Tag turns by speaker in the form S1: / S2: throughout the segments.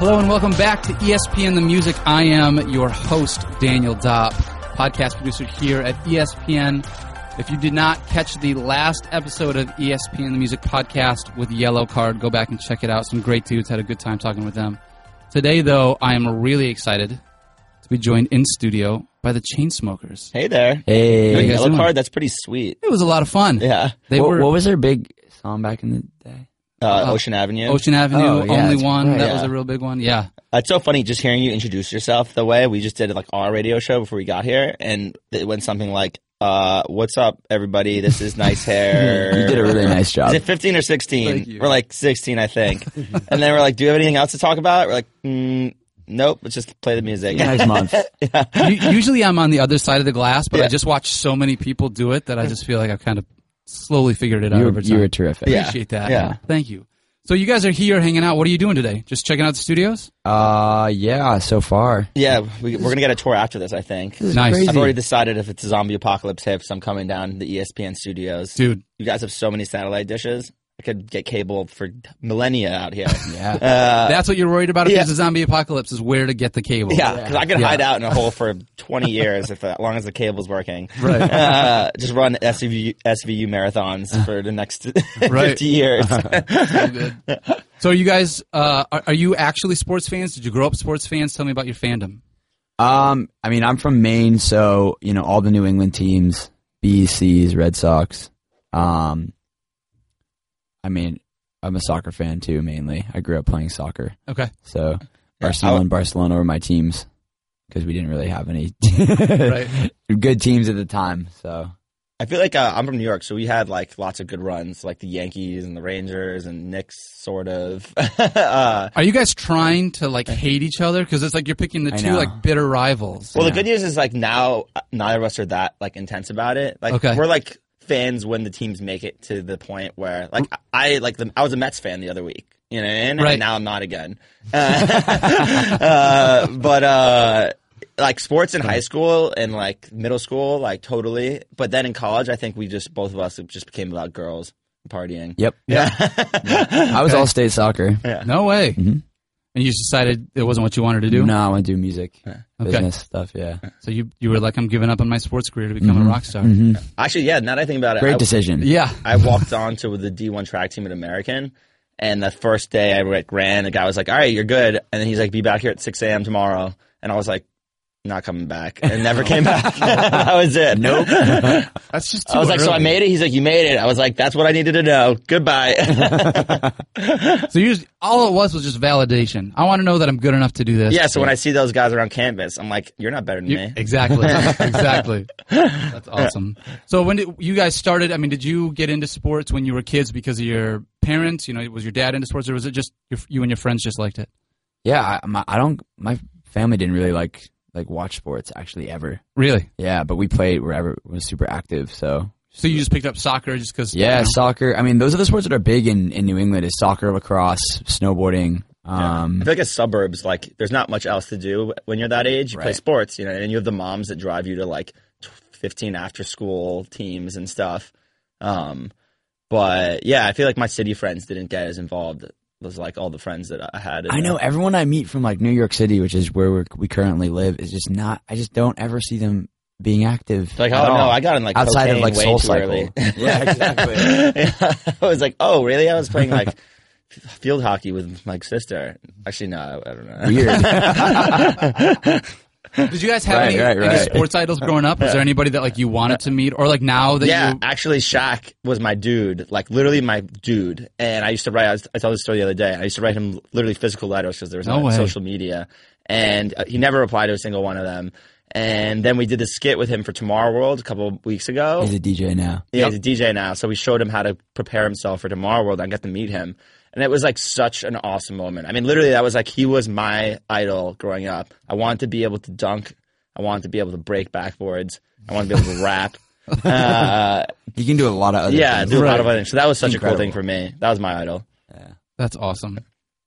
S1: Hello and welcome back to E ESPN The Music. I am your host, Daniel Dopp, podcast producer here at E ESPN. If you did not catch the last episode of E ESPN The Music podcast with Yellow Card, go back and check it out. Some great dudes had a good time talking with them. Today, though, I am really excited to be joined in studio by the Chainsmokers.
S2: Hey there.
S1: How you
S3: Hey,
S1: guys
S2: Yellow
S1: doing?
S2: card, that's pretty sweet.
S1: It was a lot of fun.
S2: Yeah.
S1: They
S3: what,
S1: were
S3: what was their big song back in the day?
S2: Uh,
S3: Uh-huh.
S1: Uh,
S2: Ocean Avenue.
S1: Ocean Avenue,
S3: Oh, yeah,
S1: only
S3: that's
S1: one.
S3: right.
S1: that
S2: Yeah.
S1: was a real big one. Yeah.
S2: It's so funny just hearing you introduce yourself the way we just did like our radio show before we got here, and it went something like, uh, "What's up, everybody? This is nice hair."
S3: You did a really nice
S2: Is
S3: job.
S2: it 15 or 16?
S1: Thank you.
S2: We're like 16, I think. and then we're like, "Do you have anything else to talk about?" We're like, mm, "Nope, let's just play the music."
S3: Next month.
S1: U- usually I'm on the other side of the glass, but I
S2: Yeah.
S1: just watch so many people do it that I just feel like I've kind of slowly figured it out
S3: You were,
S1: over time.
S3: you were terrific.
S2: Yeah.
S1: Appreciate that.
S2: Yeah.
S1: Thank you. So you guys are here hanging out. What are you doing today? Just checking out the studios?
S3: Uh, yeah, so far.
S2: yeah, we, we're gonna get a tour after this, I think.
S3: This is
S1: Nice.
S3: crazy.
S2: I've already decided if it's zombie apocalypse hips, I'm coming down to the E ESPN studios.
S1: Dude,
S2: You guys have so many satellite dishes. I could get cable for millennia out here.
S3: yeah.
S2: Uh,
S1: that's what you're worried about if
S2: yeah.
S1: there's a zombie apocalypse is where to get the cable.
S2: yeah, because I could
S1: Yeah.
S2: hide out in a hole for 20 years if, as long as the cable's working.
S1: Right.
S2: Uh, just run SVU, SVU marathons for the next 50
S1: Uh. Right.
S2: years.
S1: So good. so are you guys uh, are, are you actually sports fans? Did you grow up sports fans? Tell me about your fandom.
S3: Um, I mean, I'm from Maine, so, you know, all the New England teams, BCs, Red Sox. Um, I mean, I'm a soccer fan too, mainly. I grew up playing soccer.
S1: Okay.
S3: So,
S2: Yeah,
S3: Barcelona
S2: I-
S3: and Barcelona were my teams because we didn't really have any
S1: Right.
S3: good teams at the time. So,
S2: I feel like uh, I'm from New York, so we had like lots of good runs, like the Yankees and the Rangers and Knicks, sort of. uh,
S1: Are you guys trying to like hate each other? Because it's like you're picking the
S3: I
S1: two
S3: know.
S1: like bitter rivals.
S2: Well, the
S3: Yeah.
S2: good news is like now uh, neither of us are that like intense about it. Like
S1: Okay.
S2: we're like fans when the teams make it to the point where like I I, like the I was a Mets fan the other week, you know, and,
S1: Right.
S2: and now I'm not again. Uh, uh, but uh, like sports in high school and like middle school, like totally. But then in college, I think we just both of us it just became about girls and partying.
S3: yep.
S2: Yeah.
S3: I was all state soccer.
S1: No way.
S2: Mm-hmm.
S3: Mhm.
S1: And you just decided it wasn't what you wanted to do.
S3: No, I want to do music,
S1: Okay.
S3: business stuff. Yeah,
S2: Uh,
S1: So you you were like, I'm giving up on my sports career to
S2: Mm-hmm.
S1: become a rock star.
S3: Mhm.
S2: Actually, yeah. Now that I think about it,
S3: great
S2: I-
S3: decision.
S1: Yeah.
S2: I walked on to the D1 track team at American. And the first day I like, ran, the guy was like, all right, you're good. And then he's like, be back here at 6 a.m. tomorrow. And I was like, not coming back. And never came back. that was it. Nope. I
S1: That's just.
S2: was like, so I made it. He's like, you made it. I was like, that's what I needed to know. Goodbye.
S1: So you just, all it was was just validation. I want to know that I'm good enough to do this.
S2: yeah. So when I see those guys around campus, I'm like, you're not better than
S1: You-
S2: me.
S1: exactly, exactly. That's awesome. So when did, you guys started, I mean, did you get into sports when you were kids because of your parents? You know, was your dad into sports, or was it just your, you and your friends just liked it?
S3: yeah. I, my, I don't. My family didn't really like like watch sports actually ever.
S1: Really?
S3: Yeah, but we played wherever was super active. So
S1: So you just picked up soccer just because?
S3: yeah, soccer. I mean, those are the sports that are big in in New England: is soccer, lacrosse, snowboarding.
S2: I
S3: Um,
S2: feel like as suburbs, like there's not much else to do when you're that age. You play
S3: Right.
S2: sports, you know, and you have the moms that drive you to like tw- 15 after school teams and stuff. Um, but yeah, I feel like my city friends didn't get as involved. It was like all the friends that I had. in
S3: I
S2: the-
S3: know everyone I meet from like New York City, which is where we're, we currently live, is just not. I just don't ever see them being active.
S2: It's Like,
S3: at
S2: oh no,
S3: all.
S2: I got in like
S3: outside of
S2: cocaine
S3: like
S2: way
S3: Soul
S2: too
S3: Cycle.
S2: early.
S3: yeah, exactly.
S2: Yeah. I was like, oh really? I was playing like f- field hockey with my sister. Actually, no, I I don't know.
S3: Weird.
S1: Did you guys have
S3: Right,
S1: any,
S3: right,
S1: any
S3: right.
S1: sports idols growing up? Was there anybody that like you wanted to meet, or like now that
S2: yeah,
S1: you?
S2: actually, Shaq was my dude, like literally my dude. And I used to write. I, was, I told this story the other day. I used to write him literally physical letters because there was
S1: No
S2: no,
S1: way.
S2: social media, and uh, he never replied to a single one of them. And then we did this skit with him for Tomorrow World a couple of weeks ago.
S3: He's a DJ now.
S2: Yeah, he's a DJ now. So we showed him how to prepare himself for Tomorrow World. I got to meet him. And it was like such an awesome moment. I mean, literally, that was like he was my idol growing up. I wanted to be able to dunk. I wanted to be able to break backboards. I wanted to be able to rap. Uh,
S3: You can do a lot of other.
S2: yeah,
S3: things.
S2: do a lot of other things. So that was such a cool
S3: Incredible.
S2: thing for me. That was my idol.
S1: That's awesome.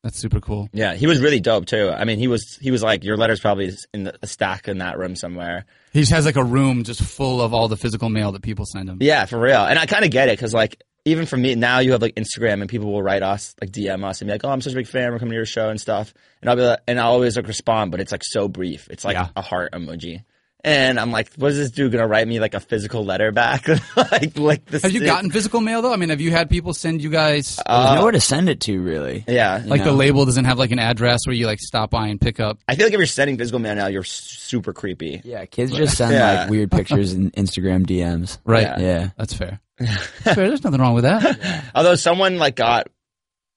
S1: That's super cool.
S2: Yeah, he was really dope too. I mean, he was he was like your letters probably is in the, a stack in that room somewhere.
S1: He just has like a room just full of all the physical mail that people send him.
S2: Yeah, for real. And I kind of get it because like even for me now, you have like Instagram and people will write us, like DM us and be like, "Oh, I'm such a big fan. We're coming to your show and stuff." And I'll be like, and I always like respond, but it's like so brief. It's like
S3: Yeah.
S2: a heart emoji, and I'm like, "What is this dude gonna write me like a physical letter back?" like, like this.
S1: Have you
S2: dude-
S1: gotten physical mail though? I mean, have you had people send you guys
S2: Uh,
S3: There's nowhere to send it to, really.
S2: Yeah,
S1: like the
S3: No.
S1: label doesn't have like an address where you like stop by and pick up?
S2: I feel like if you're sending physical mail now, you're s- super creepy.
S3: Yeah, kids just send
S2: Yeah.
S3: like weird pictures in Instagram DMs.
S1: Right.
S2: Yeah.
S3: Yeah.
S1: That's fair. That's fair. There's nothing wrong with that.
S2: Although someone like got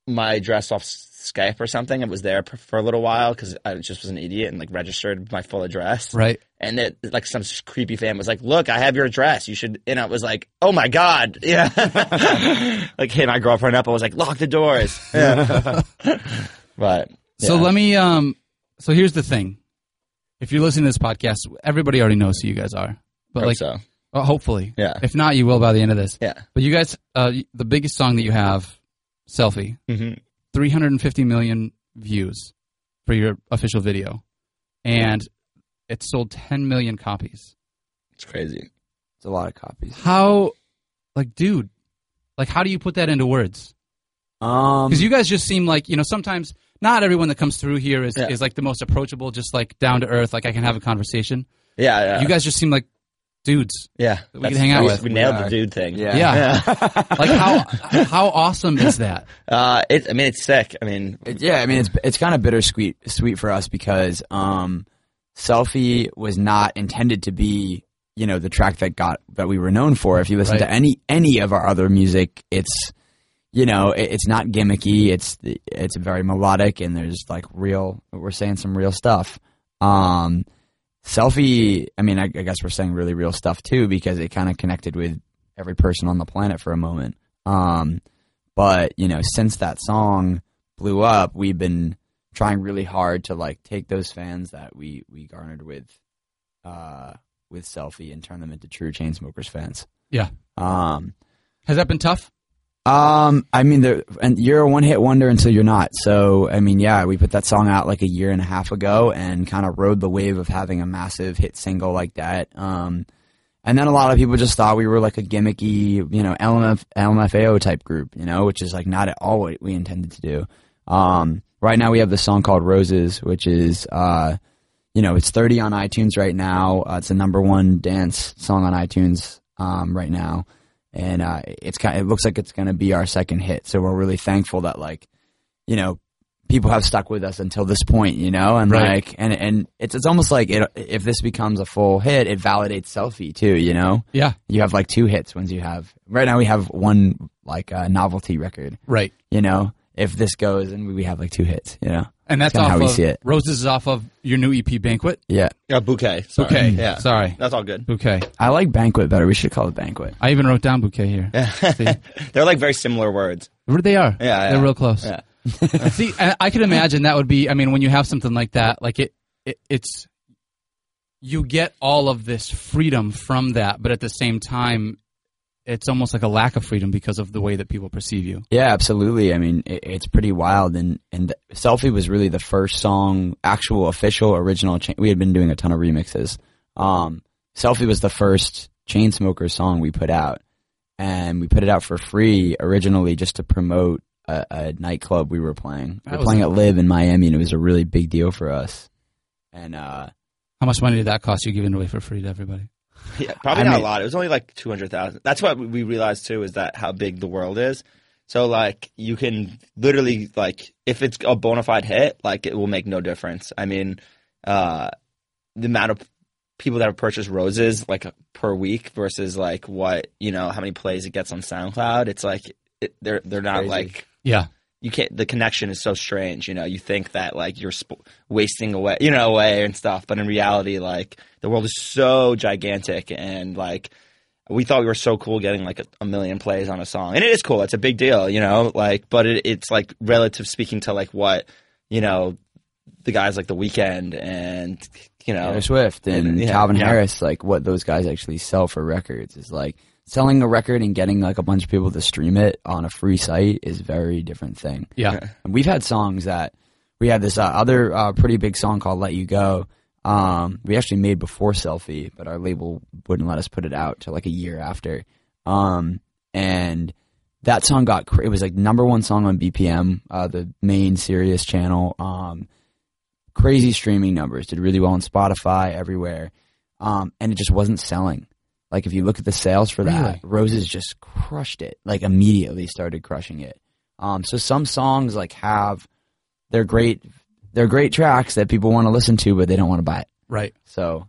S2: my address off S- Skype or something, it was there p- for a little while because I just was an idiot and like registered my full address.
S1: Right.
S2: And it like some s- creepy fan was like, "Look, I have your address. You should." And I was like, "Oh my god!" Yeah. like hit my girlfriend up. I was like, "Lock the doors." Yeah. but
S1: So
S2: yeah.
S1: let me. Um, so here's the thing. If you're listening to this podcast, everybody already knows who you guys are, but
S2: Hope
S1: like,
S2: so.
S1: uh, hopefully,
S2: Yeah.
S1: If not, you will by the end of this.
S2: Yeah.
S1: But you guys, uh, the biggest song that you have, "Selfie,"
S2: hmm
S1: 350 million views for your official video, and it sold 10 million copies.
S2: It's crazy.
S3: It's a lot of copies.
S1: How, like, dude, like, how do you put that into words?
S3: Um,
S1: because you guys just seem like you know sometimes not everyone that comes through here is
S2: Yeah.
S1: is like the most approachable just like down to earth like i can have a conversation
S2: Yeah. Yeah.
S1: you guys just seem like dudes
S2: yeah.
S1: we
S2: That's-
S1: could hang out
S2: we-
S1: with.
S2: We nailed
S3: Yeah.
S2: the dude thing.
S3: yeah.
S1: yeah.
S2: Yeah.
S1: like how how awesome is that
S2: Uh, it, I mean, it's sick. I mean,
S3: It- yeah, I mean it's it's kind of bittersweet sweet for us because um, selfie was not intended to be you know the track that got that we were known for. If you listen
S1: Right.
S3: to any any of our other music, it's you know it, it's not gimmicky. It's it's very melodic and there's like real. We're saying some real stuff. Um, selfie. I mean, I, I guess we're saying really real stuff too because it kind of connected with every person on the planet for a moment. Um, but you know, since that song blew up, we've been trying really hard to like take those fans that we we garnered with uh with selfie and turn them into true Chainsmokers fans.
S1: Yeah.
S3: Um
S1: has that been tough
S3: um I mean there and you're a one hit wonder until you're not. So I mean yeah, we put that song out like a year and a half ago and kind of rode the wave of having a massive hit single like that. Um and then a lot of people just thought we were like a gimmicky, you know, LMF, LMFAO type group, you know, which is like not at all what we intended to do. Um, right now we have the song called Roses, which is, uh, you know, it's 30 on iTunes right now. Uh, it's the number one dance song on iTunes, um, right now. And, uh, it's kind it looks like it's going to be our second hit. So we're really thankful that like, you know, people have stuck with us until this point, you know, and
S1: Right.
S3: like, and, and it's, it's almost like it, if this becomes a full hit, it validates selfie too, you know,
S1: yeah
S3: you have like two hits once you have, right now we have one like uh, novelty record
S1: right
S3: you know, if this goes and we have like two hits, you know.
S1: and that's
S3: Kinda
S1: off
S3: how we
S1: of,
S3: see it.
S1: roses is off of your new ep banquet
S3: Yeah.
S2: a bouquet. Sorry.
S1: bouquet
S2: Yeah.
S1: sorry
S2: That's all good.
S1: bouquet
S3: I like banquet better. We should call it banquet.
S1: i even wrote down bouquet here See?
S2: They're like very similar words.
S1: Where they are
S2: Yeah,
S1: they're
S2: yeah.
S1: real close
S2: Yeah.
S1: See, I I could imagine that would be. I mean, when you have something like that, like it, it, it's you get all of this freedom from that, but at the same time, it's almost like a lack of freedom because of the way that people perceive you.
S3: Yeah, absolutely. I mean, it, it's pretty wild. And and selfie was really the first song, actual official original. Cha- we had been doing a ton of remixes. Um, selfie was the first Chainsmokers song we put out, and we put it out for free originally just to promote a, a nightclub we were playing.
S1: That
S3: We were
S1: was
S3: playing
S1: a-
S3: at Live in Miami, and it was a really big deal for us. And uh,
S1: How much money did that cost you giving away for free to everybody?
S2: Yeah, probably
S3: I
S2: not
S3: mean-
S2: a lot. It was only like two hundred thousand. That's what we realized too is that how big the world is. So like you can literally like if it's a bona fide hit, like it will make no difference. I mean, uh, the amount of people that have purchased roses like per week versus like what you know how many plays it gets on SoundCloud. It's like it, they're they're not
S3: Crazy.
S2: like
S1: Yeah,
S2: you can't the connection is so strange you know you think that like you're sp- wasting away you know away and stuff but in reality like the world is so gigantic and like we thought we were so cool getting like a, a million plays on a song and it is cool it's a big deal you know like but it, it's like relative speaking to like what you know the guys like the weekend and you know
S3: Taylor Swift and,
S2: Oh. And, yeah,
S3: Calvin
S2: yeah.
S3: Harris, like what those guys actually sell for records is like selling a record and getting like a bunch of people to stream it on a free site is a very different thing.
S1: yeah,
S3: And we've had songs that we had this uh, other uh, pretty big song called "Let You Go." Um, we actually made before Selfie, but our label wouldn't let us put it out till like a year after. Um, and that song got cra- it was like number one song on BPM, uh, the main Sirius channel. Um, crazy streaming numbers did really well on Spotify everywhere, um, and it just wasn't selling. Like if you look at the sales for that,
S1: Really?
S3: Roses just crushed it. Like immediately started crushing it. Um, so some songs like have they're great, they're great tracks that people want to listen to, but they don't want to buy it.
S1: Right.
S3: So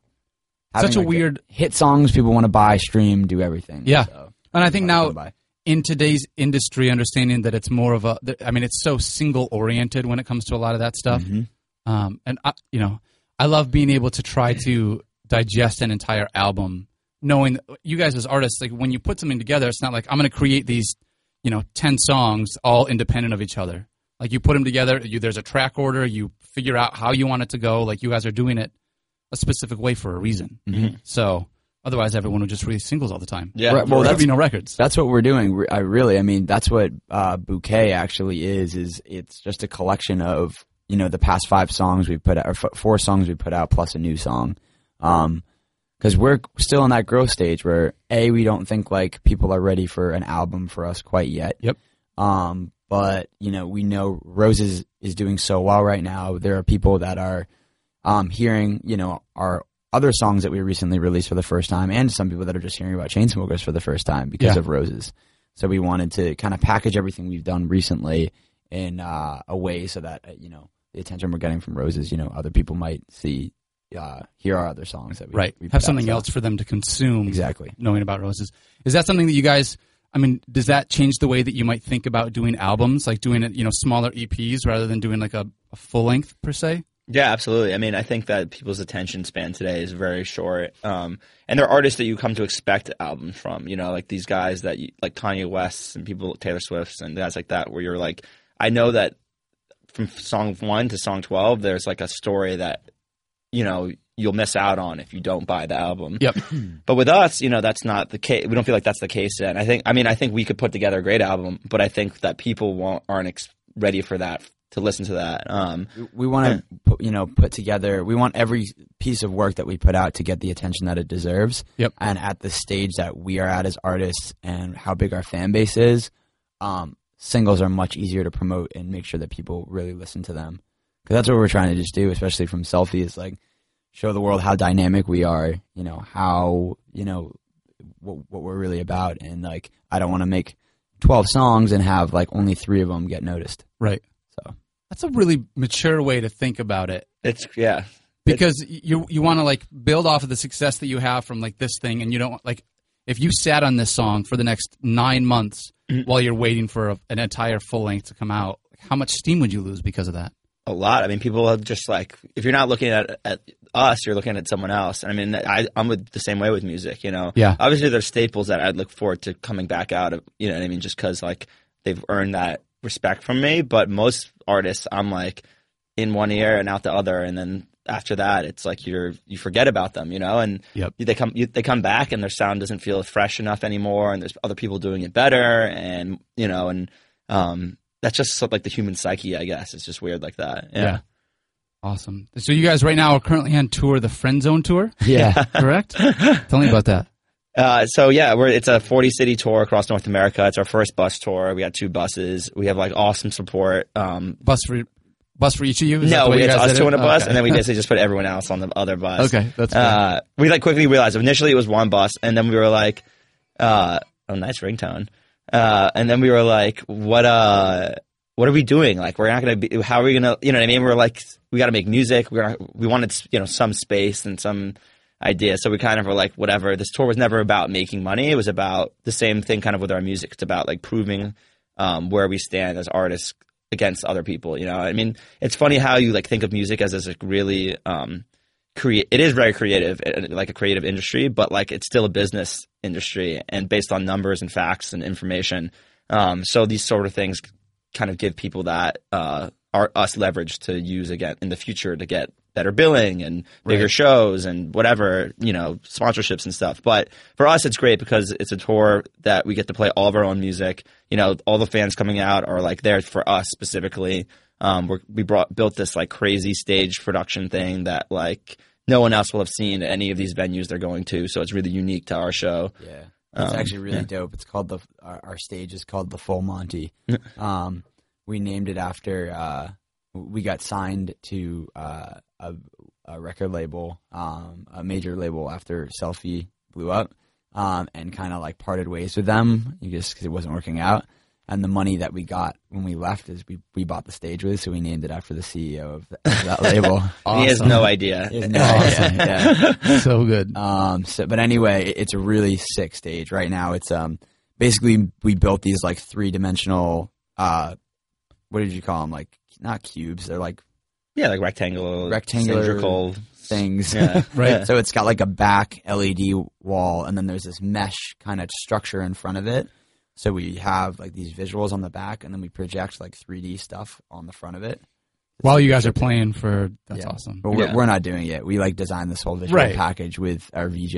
S3: having,
S1: Such a
S3: like, the
S1: weird.
S3: hit songs people want to buy, stream, do everything.
S1: Yeah.
S3: So,
S1: And I think now
S3: buy.
S1: in today's industry, understanding that it's more of a, that- I mean, it's so single oriented when it comes to a lot of that stuff.
S3: Mhm.
S1: Um, and I, you know, I love being able to try to digest an entire album, knowing you guys as artists, like when you put something together, it's not like I'm going to create these, you know, ten songs all independent of each other. Like you put them together, you, there's a track order, you figure out how you want it to go. Like you guys are doing it a specific way for a reason.
S3: Mm-hmm.
S1: So otherwise, everyone would just release singles all the time.
S2: Yeah.
S3: Right, well,
S1: Well, there'd
S3: that's-
S1: be no records.
S3: That's what we're doing. Re- I really, I mean, that's what uh, Bouquet actually is. Is it's just a collection of you know the past five songs we put out, or f- four songs we put out, plus a new song. Um, because we're still in that growth stage where a we don't think like people are ready for an album for us quite yet.
S1: Yep.
S3: Um, but you know we know Roses is doing so well right now. There are people that are um hearing you know our other songs that we recently released for the first time, and some people that are just hearing about Chainsmokers for the first time because
S1: Yeah.
S3: of Roses. So we wanted to kind of package everything we've done recently in uh, a way so that uh, you know the attention we're getting from Roses, you know, other people might see, uh, hear our other songs that we
S1: Right.
S3: we put
S1: Have
S3: out.
S1: something
S3: So-
S1: else for them to consume.
S3: Exactly.
S1: knowing about roses. Is that something that you guys? I mean, does that change the way that you might think about doing albums, like doing it, you know, smaller EPs rather than doing like a, a full length per se?
S2: Yeah, absolutely. I mean, I think that people's attention span today is very short. Um, and they're artists that you come to expect albums from, you know, like these guys that you, like Kanye West's and people, Taylor Swift's and guys like that, where you're like, I know that from song one to song 12, there's like a story that, you know, you'll miss out on if you don't buy the album.
S1: Yep.
S2: But with us, you know, that's not the case. We don't feel like that's the case yet. I think, I mean, I think we could put together a great album, but I think that people won't, aren't ex- ready for that, to listen to that. Um,
S3: We- We want to, you know, put together. We want every piece of work that we put out to get the attention that it deserves.
S1: Yep.
S3: And at the stage that we are at as artists and how big our fan base is, um, singles are much easier to promote and make sure that people really listen to them. Because that's what we're trying to just do, especially from selfie, is like show the world how dynamic we are. You know how you know what, what we're really about, and like I don't want to make twelve songs and have like only three of them get noticed.
S1: Right.
S3: So.
S1: That's a really mature way to think about it
S2: it's, yeah.
S1: because you you want to like build off of the success that you have from like this thing, and you don't like if you sat on this song for the next nine months while you're waiting for a, an entire full length to come out, how much steam would you lose because of that?
S2: a lot. I mean, people have just like if you're not looking at, at us, you're looking at someone else. And I mean, I, I'm with the same way with music. You know,
S1: Yeah.
S2: Obviously, there's staples that I'd look forward to coming back out of. You know what I mean? Just because like they've earned that respect from me. But most artists, I'm like in one ear and out the other, and then after that, it's like you're you forget about them. You know, and
S1: Yep.
S2: they come you, they come back, and their sound doesn't feel fresh enough anymore, and there's other people doing it better, and you know, and um. That's just so- like the human psyche, I guess. It's just weird like that. yeah.
S1: Awesome. So you guys right now are currently on tour, the Friend Zone tour,
S3: Yeah.
S1: correct? Tell me about that.
S2: Uh, so yeah, we're, it's a 40 city tour across North America. It's our first bus tour. We got two buses. We have like awesome support. Um,
S1: bus for bus for each of you? Is that
S2: no,
S1: the way
S2: we
S1: you
S2: had
S1: guys
S2: us
S1: did
S2: two
S1: it?
S2: on a bus,
S1: Okay.
S2: and then we basically just put everyone else on the other bus.
S1: okay, that's good.
S2: Uh, we like quickly realized initially it was one bus, and then we were like, uh, "Oh, nice ringtone." Uh, and then we were like, "What? Uh, what are we doing? Like, we're not gonna be. How are we gonna? You know what I mean? We're like, we got to make music. We're we wanted you know some space and some idea. So we kind of were like, whatever. This tour was never about making money. It was about the same thing, kind of with our music. It's about like proving um, where we stand as artists against other people. You know, I mean, it's funny how you like think of music as this like, really um, create. It is very creative, uh, like a creative industry, but like it's still a business industry, and based on numbers and facts and information. Um, so these sort of things kind of give people that uh, our, us leverage to use again in the future to get better billing and bigger
S1: Right.
S2: shows and whatever you know sponsorships and stuff. But for us, it's great because it's a tour that we get to play all of our own music. You know, all the fans coming out are like there for us specifically. Um, we're, we brought built this like crazy stage production thing that like no one else will have seen at any of these venues they're going to. So it's really unique to our show.
S3: Yeah. It's
S2: Um,
S3: actually really
S2: yeah.
S3: dope. It's called the our, our stage is called the Full Monty. um, we named it after uh, we got signed to uh, a, a record label, um, a major label after Selfie blew up, um, and kind of like parted ways with them you just because it wasn't working out. And the money that we got when we left is we, we bought the stage with, so we named it after the CEO of that, of that label.
S2: And He has
S1: Awesome.
S2: no idea.
S3: He has no idea, yeah.
S1: so good.
S3: Um, so, but anyway, it- it's a really sick stage right now. It's um, basically we built these like three dimensional. Uh, what did you call them? Like not cubes. They're like
S2: yeah, like rectangular,
S3: Rectangular
S2: cylindrical.
S3: things.
S2: Yeah,
S1: Right.
S2: yeah.
S3: so it's got like a back LED wall, and then there's this mesh kind of structure in front of it. So we have like these visuals on the back, and then we project like 3D stuff on the front of it.
S1: While you guys are playing for that's
S3: Yeah.
S1: awesome.
S3: But we're,
S2: Yeah.
S3: we're not doing it. We like designed this whole visual
S1: Right.
S3: package with our VJ.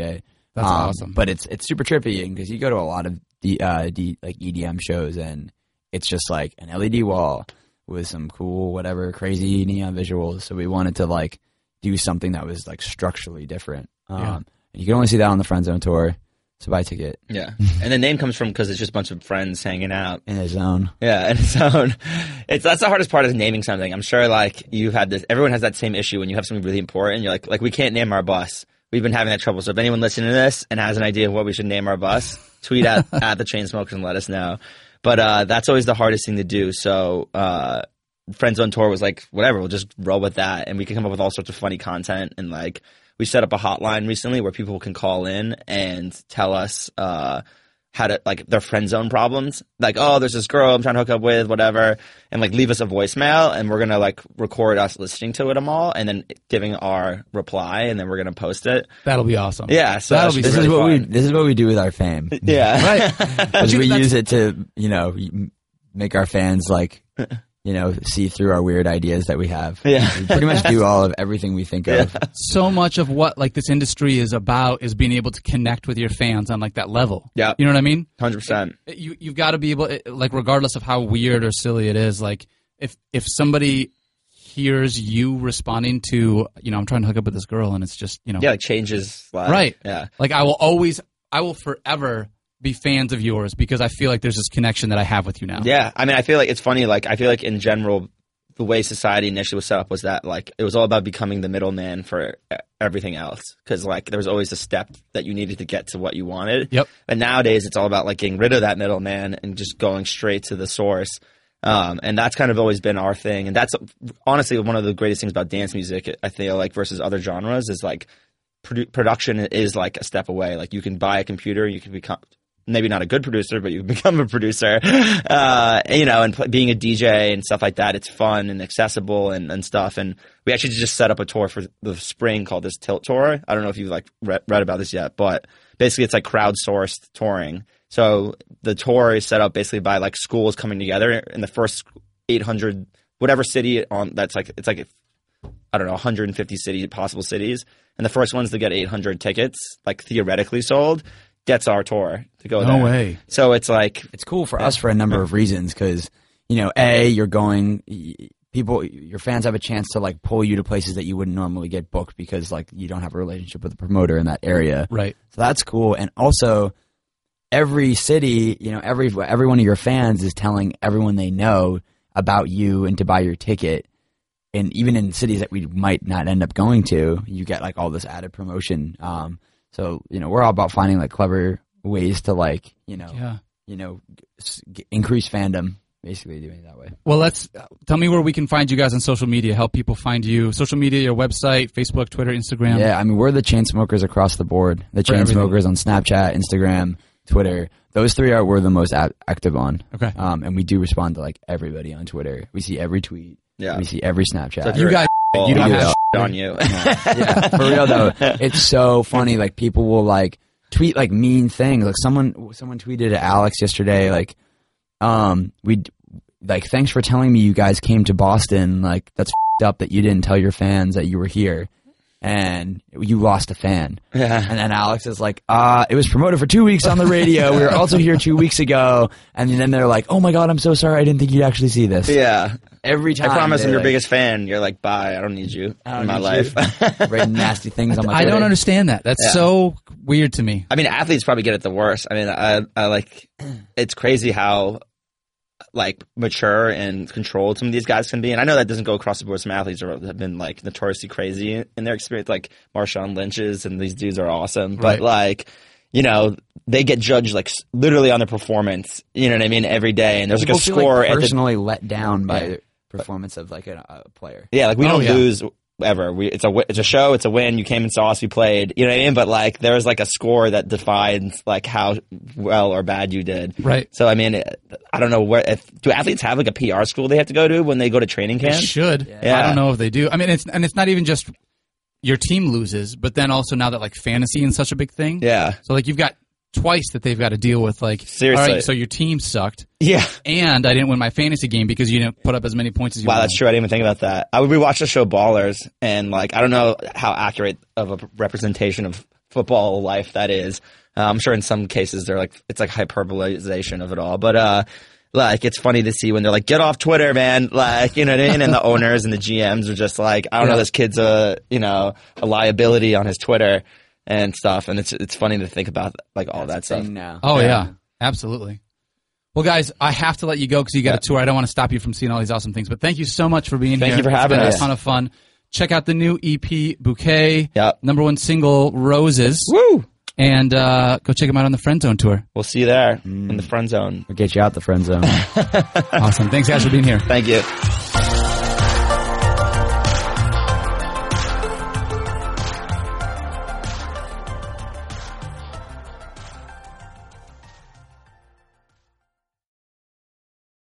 S1: That's
S3: Um,
S1: awesome.
S3: But it's it's super trippy because you go to a lot of the uh, D, like EDM shows and it's just like an LED wall with some cool whatever crazy neon visuals. So we wanted to like do something that was like structurally different. Um,
S1: Yeah.
S3: and You can only see that on the Friend Zone tour. So buy a ticket
S2: yeah. And the name comes from because it's just a bunch of friends hanging out.
S3: in a zone.
S2: Yeah, and so it's that's the hardest part is naming something. I'm sure like you've had this. Everyone has that same issue when you have something really important. You're like like we can't name our bus. We've been having that trouble. So if anyone listening to this and has an idea of what we should name our bus, tweet at at the Chainsmokers and let us know. But uh, that's always the hardest thing to do. So uh, friends on tour was like whatever. We'll just roll with that, and we can come up with all sorts of funny content and like we set up a hotline recently where people can call in and tell us. Uh, how to like their friend zone problems. Like, oh, there's this girl I'm trying to hook up with, whatever, and like leave us a voicemail, and we're gonna like record us listening to it all, and then giving our reply, and then we're gonna post it.
S1: That'll be awesome.
S2: Yeah, so
S1: That'll
S2: that's
S1: be
S3: This
S2: really
S3: is what we
S2: fun.
S3: this is what we do with our fame.
S2: Yeah,
S3: Because
S1: Dude,
S3: we
S1: that's-
S3: use it to, you know, make our fans like, you know, see through our weird ideas that we have.
S2: Yeah.
S3: We pretty much do all of everything we think of.
S1: so much of what like this industry is about is being able to connect with your fans on like that level.
S2: Yeah.
S1: You know what I mean?
S2: hundred percent.
S1: You you've got to be able like regardless of how weird or silly it is, like if if somebody hears you responding to, you know, I'm trying to hook up with this girl and it's just, you know,
S2: Yeah, like changes. Like,
S1: Right.
S2: Yeah.
S1: like I will always I will forever be fans of yours because I feel like there's this connection that I have with you now.
S2: Yeah, I mean, I feel like it's funny. Like, I feel like in general, the way society initially was set up was that like it was all about becoming the middleman for e- everything else. Because like there was always a step that you needed to get to what you wanted.
S1: Yep.
S2: But nowadays, it's all about like getting rid of that middleman and just going straight to the source. Um, and that's kind of always been our thing. And that's honestly one of the greatest things about dance music. I feel like versus other genres is like produ- production is like a step away. Like you can buy a computer, you can become maybe not a good producer, but you can become a producer. Uh, you know, and pl- being a DJ and stuff like that, it's fun and accessible and, and stuff. And we actually just set up a tour for the spring called this Tilt Tour. I don't know if you've like re- read about this yet, but basically it's like crowdsourced touring. So the tour is set up basically by like schools coming together in the first 800 whatever city on that's like it's like I don't know, 150 city possible cities, and the first ones to get 800 tickets, like theoretically sold, gets our tour to go there.
S1: No way.
S2: So it's like,
S3: It's cool for us for a number of reasons because, you know, A, you're going, y- people, your fans have a chance to like pull you to places that you wouldn't normally get booked because like you don't have a relationship with a promoter in that area.
S1: Right.
S3: So that's cool. And also, every city, you know, every every one of your fans is telling everyone they know about you and to buy your ticket. And even in cities that we might not end up going to, you get like all this added promotion. Um, so you know, we're all about finding like clever ways to like you know
S1: Yeah.
S3: you know g- s- g- increase fandom. Basically, doing it that way.
S1: Well, let's tell me where we can find you guys on social media. Help people find you. Social media, your website, Facebook, Twitter, Instagram.
S3: Yeah, I mean, we're the chain smokers across the board. The chain
S1: everything.
S3: smokers on Snapchat, Instagram, Twitter. Those three are we're the most ac active on.
S1: Okay.
S3: Um, and we do respond to like everybody on Twitter. We see every tweet.
S2: yeah,
S3: We see every Snapchat.
S2: So
S1: You guys, you don't
S2: oh, I'm
S1: have
S3: Yeah.
S2: shit on you.
S3: yeah, for real though, it's so funny. Like people will like tweet like mean things. Like someone someone tweeted at Alex yesterday. Like, um, we d- like thanks for telling me you guys came to Boston. Like that's fed up that you didn't tell your fans that you were here. and you lost a fan.
S2: Yeah.
S3: And then Alex is like, uh, it was promoted for two weeks on the radio. We were also here two weeks ago. And then they're like, oh my God, I'm so sorry. I didn't think you'd actually see this.
S2: Yeah.
S3: Every time.
S2: I promise I'm
S3: they're
S2: your
S3: like,
S2: biggest fan. You're like, bye. I don't need you
S3: I don't
S2: in my
S3: need
S2: life.
S3: writing nasty things on my
S1: I don't
S3: Twitter.
S1: understand that. That's
S2: Yeah.
S1: so weird to me.
S2: I mean, athletes probably get it the worst. I mean, I, I like, it's crazy how like mature and controlled some of these guys can be. And I know that doesn't go across the board. Some athletes are, have been like notoriously crazy in, their experience, like Marshawn Lynch's, and these dudes are awesome.
S1: Right.
S2: But like, you know, they get judged like s- literally on their performance. You know what I mean? Every day, and there's like
S3: People
S2: a
S3: feel,
S2: score
S3: like,
S2: at the
S3: personally let down by
S2: Yeah.
S3: the performance of like a, a player.
S2: Yeah, like we
S1: Oh,
S2: don't
S1: yeah.
S2: lose ever. We it's a wi- it's a show. It's a win. You came and saw us. We played. You know what I mean? But like there was like a score that defines like how well or bad you did.
S1: Right.
S2: So I mean, it- I don't know where if do athletes have like a PR school they have to go to when they go to training
S1: They
S2: camp?
S1: should.
S2: Yeah.
S1: I don't know if they do. I mean, it's and it's not even just your team loses, but then also now that like fantasy is such a big thing.
S2: Yeah,
S1: So like you've got twice that they've got to deal with like
S2: Seriously.
S1: All right, so your team sucked,
S2: yeah.
S1: and I didn't win my fantasy game because you didn't put up as many points as you.
S2: Wow,
S1: wanted.
S2: that's true. I didn't even think about that. I would rewatch the show Ballers, and like I don't know how accurate of a representation of football life that is. Uh, I'm sure in some cases they're like it's like hyperbolization of it all, but uh, like it's funny to see when they're like, "Get off Twitter, man!" Like you know, what I mean? and the owners and the GMs are just like, "I don't
S1: Yeah.
S2: know, this kid's a you know a liability on his Twitter and stuff," and it's it's funny to think about like all that
S3: Thing
S2: stuff.
S3: now.
S1: Oh yeah.
S2: Yeah.
S1: absolutely. Well, guys, I have to let you go because you got a tour. I don't want to stop you from seeing all these awesome things, but thank you so much for being
S2: Thank
S1: here.
S2: you for having
S1: it's been A
S2: us.
S1: ton of fun. Check out the new EP Bouquet,
S2: Yep.
S1: number one single Roses,
S3: Oh,
S2: Woo!
S1: and uh, go check them out on the Friend Zone tour.
S2: We'll see you there in the friend zone.
S3: We'll get you out the friend zone.
S1: Awesome. Thanks guys for being here.
S2: Thank you.